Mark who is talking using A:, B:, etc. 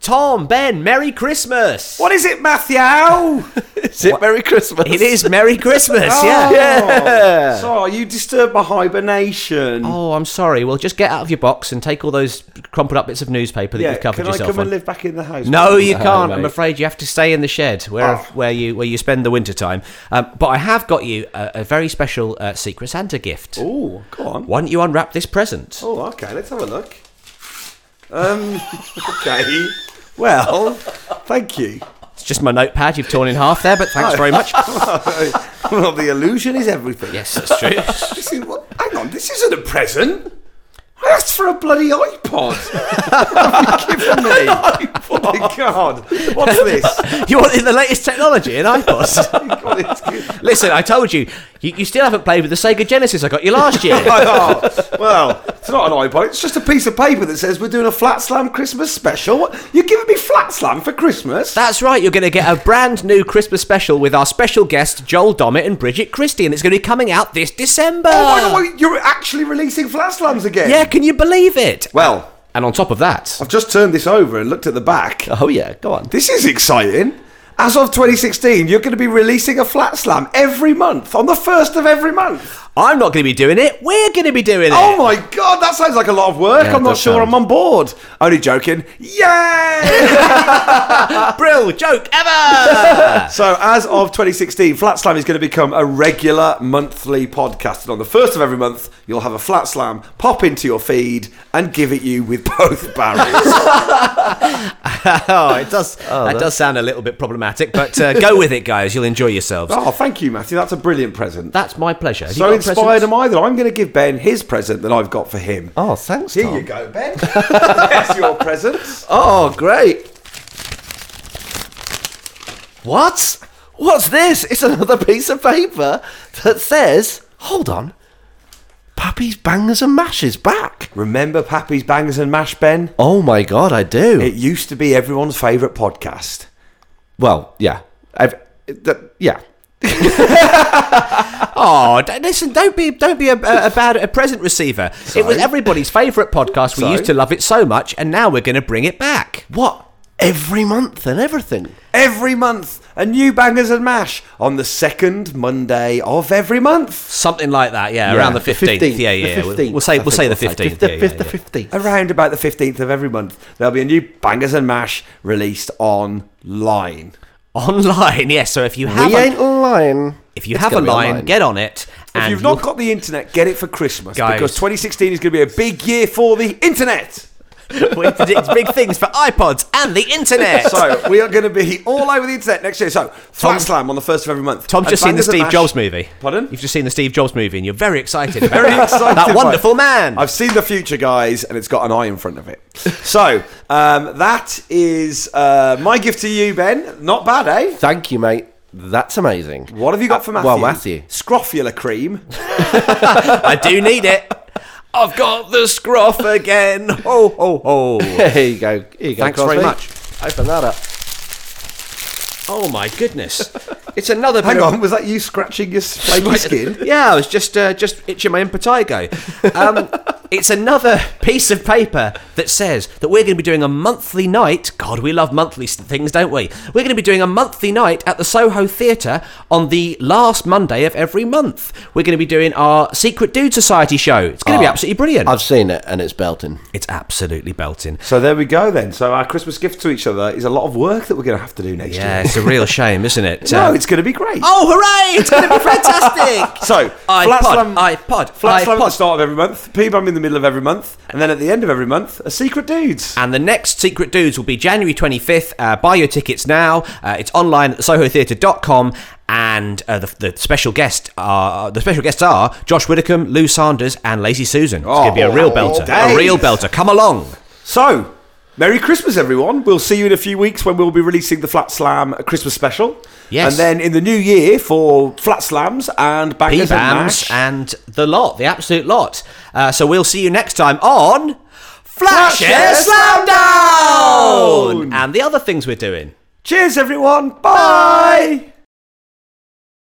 A: Tom, Ben, Merry Christmas.
B: What is it, Oh, Matthew?
C: Is it Merry Christmas?
A: It is Merry Christmas, yeah.
B: Oh,
C: Yeah.
B: Sorry, you disturbed my hibernation.
A: Oh, I'm sorry. Well, just get out of your box and take all those crumpled up bits of newspaper that
B: yeah,
A: you've covered
B: can I
A: yourself
B: come
A: on.
B: and live back in the house?
A: No, you can't. I'm
C: mate.
A: afraid you have to stay in the shed where
B: Oh.
A: where you where you spend the winter time. Um, but I have got you a, a very special uh, secret Santa gift.
B: Oh, go on.
A: Why don't you unwrap this present?
B: Oh, okay. Let's have a look. Um. okay. Well, thank you.
A: It's just my notepad you've torn in half there, but thanks very much.
B: well, the illusion is everything.
A: yes, that's true.
B: This is, what, hang on, this isn't a present. I asked for a bloody iPod. Have you given me? Oh my god! What's this? Oh
A: you wanted the latest technology in iPods.
B: God, it's good.
A: Listen, I told you, you, you still haven't played with the Sega Genesis I got you last year.
B: Oh, well, it's not an iPod. It's just a piece of paper that says we're doing a Flat Slam Christmas special. What? You're giving me Flat Slam for Christmas?
A: That's right, you're going to get a brand new Christmas special with our special guest Joel Dommett and Bridget Christie, and it's going to be coming out this December.
B: oh my god! wait, You're actually releasing Flat Slams again?
A: Ah. Yeah, can you believe it?
B: Well,
A: And on top of that,
B: I've just turned this over and looked at the back.
A: oh yeah, go on.
B: This is exciting. As of 2016, you're going to be releasing a flat slam every month on the first of every month.
A: I'm not going to be doing it. We're going to be doing it.
B: Oh my god, that sounds like a lot of work.
A: Yeah,
B: I'm
A: it
B: not
A: does
B: sure
A: sound-
B: I'm on board. Only joking. Yay!
A: Brill joke ever.
B: so, as of 2016, Flat Slam is going to become a regular monthly podcast. And on the first of every month, you'll have a Flat Slam pop into your feed and give it you with both barrels.
A: oh, it does. that does sound a little bit problematic, but uh, go with it, guys. You'll enjoy yourselves.
B: oh, thank you, Matthew. That's a brilliant present.
A: That's my pleasure. Have you
B: so
A: got
B: inspired
A: presents?
B: am I that I'm going to give Ben his present that I've got for him.
C: Oh, thanks,
B: Here
C: Tom.
B: you go, Ben. That's your present.
C: Oh, great.
A: What?
C: What's this? It's another piece of paper that says, hold on, Pappy's Bangers and Mash is back.
B: Remember Pappy's Bangers and Mash, Ben?
C: Oh my god, I do.
B: It used to be everyone's favourite podcast.
C: well, yeah. I've, that, yeah.
A: Oh, d- listen! Don't be don't be a, a, a bad a present receiver. It was everybody's favourite podcast. We
B: So?
A: used to love it so much, and now we're going to bring it back.
C: What? Every month and everything.
B: Every month, a new Bangers and Mash on the second Monday of every month.
A: Something like that, yeah, around the fifteenth. Yeah, yeah.
C: The
A: We'll-
C: 15th,
A: we'll say
C: I
A: we'll
C: think
A: say the
C: we'll
A: fifteenth.
C: The
A: yeah,
C: fifth,
A: yeah,
C: the
A: yeah.
C: 15th.
B: Around about the 15th of every month, there'll be a new Bangers and Mash released online.
A: Online, yes. so if you have
C: We
A: a-
C: ain't lying.
A: if you
C: It's
A: have a
C: gonna be
A: line,
C: online.
A: get on it.
B: If
A: and
B: you've not
A: you'll-
B: got the internet, get it for Christmas
A: Guys.
B: because 2016 is going to be a big year for the internet.
A: we predict big things for iPods and the internet.
B: So we are going to be all over the internet next year. So Flat Slam on the first of every month.
A: Tom's
B: And
A: just seen the
B: Bangers and
A: Steve
B: Mash-
A: Jobs movie.
B: Pardon?
A: You've just seen the Steve Jobs movie, and you're very excited. about
B: Very
A: that.
B: excited. by
A: That
B: it.
A: wonderful man.
B: I've seen the future, guys, and it's got an eye in front of it. So um, that is uh, my gift to you, Ben. Not bad, eh?
C: Thank you, mate. That's amazing.
B: What have you got for Uh, Matthew?
C: Well, Matthew.
B: Scrofula cream.
A: I do need it. I've got the scruff again. Oh, Ho
B: Oh,
A: ho ho.
C: Here you go. Here you go.
A: Thanks very
C: Crosby.
A: much.
C: Open that up.
A: Oh my goodness! It's another. bit
B: Hang
A: of-
B: on, was that you scratching your flaky skin?
A: Yeah, I was just uh, just itching my impetigo. Um, it's another piece of paper that says that we're going to be doing a monthly night. God, we love monthly s- things, don't we? We're going to be doing a monthly night at the Soho Theatre on the last Monday of every month. We're going to be doing our Secret Dude Society show. It's going to
B: Ah.
A: be absolutely brilliant.
C: I've seen it and it's belting.
A: it's absolutely belting.
B: So there we go then. So our Christmas gift to each other is a lot of work that we're going to have to do next
A: Yeah,
B: year.
A: it's a real shame, isn't it?
B: No,
A: Uh,
B: it's going to be great.
A: Oh, hooray! It's going to be fantastic.
B: So,
A: iPod,
B: Flat Slam-
A: iPod,
B: Flat Slam at the
A: iPod.
B: start of every month, P Bomb in the middle of every month, and then at the end of every month, a Secret Dudes.
A: And the next Secret Dudes will be January 25th. Uh, buy your tickets now. Uh, it's online at sohotheatre.com. And uh, the, the special guest are the special guests are Josh Widdicombe, Lou Sanders, and Lacey Susan. It's going to be a real
B: Oh,
A: belter.
B: days.
A: A real belter. Come along.
B: So, Merry Christmas, everyone. We'll see you in a few weeks when we'll be releasing the Flat Slam Christmas special.
A: Yes.
B: And then in the new year for Flat Slams and Bangers and
A: P-Bams
B: Mash.
A: and the lot, the absolute lot. Uh, so we'll see you next time on Flatshare Slamdown! And the other things we're doing.
B: Cheers, everyone. Bye.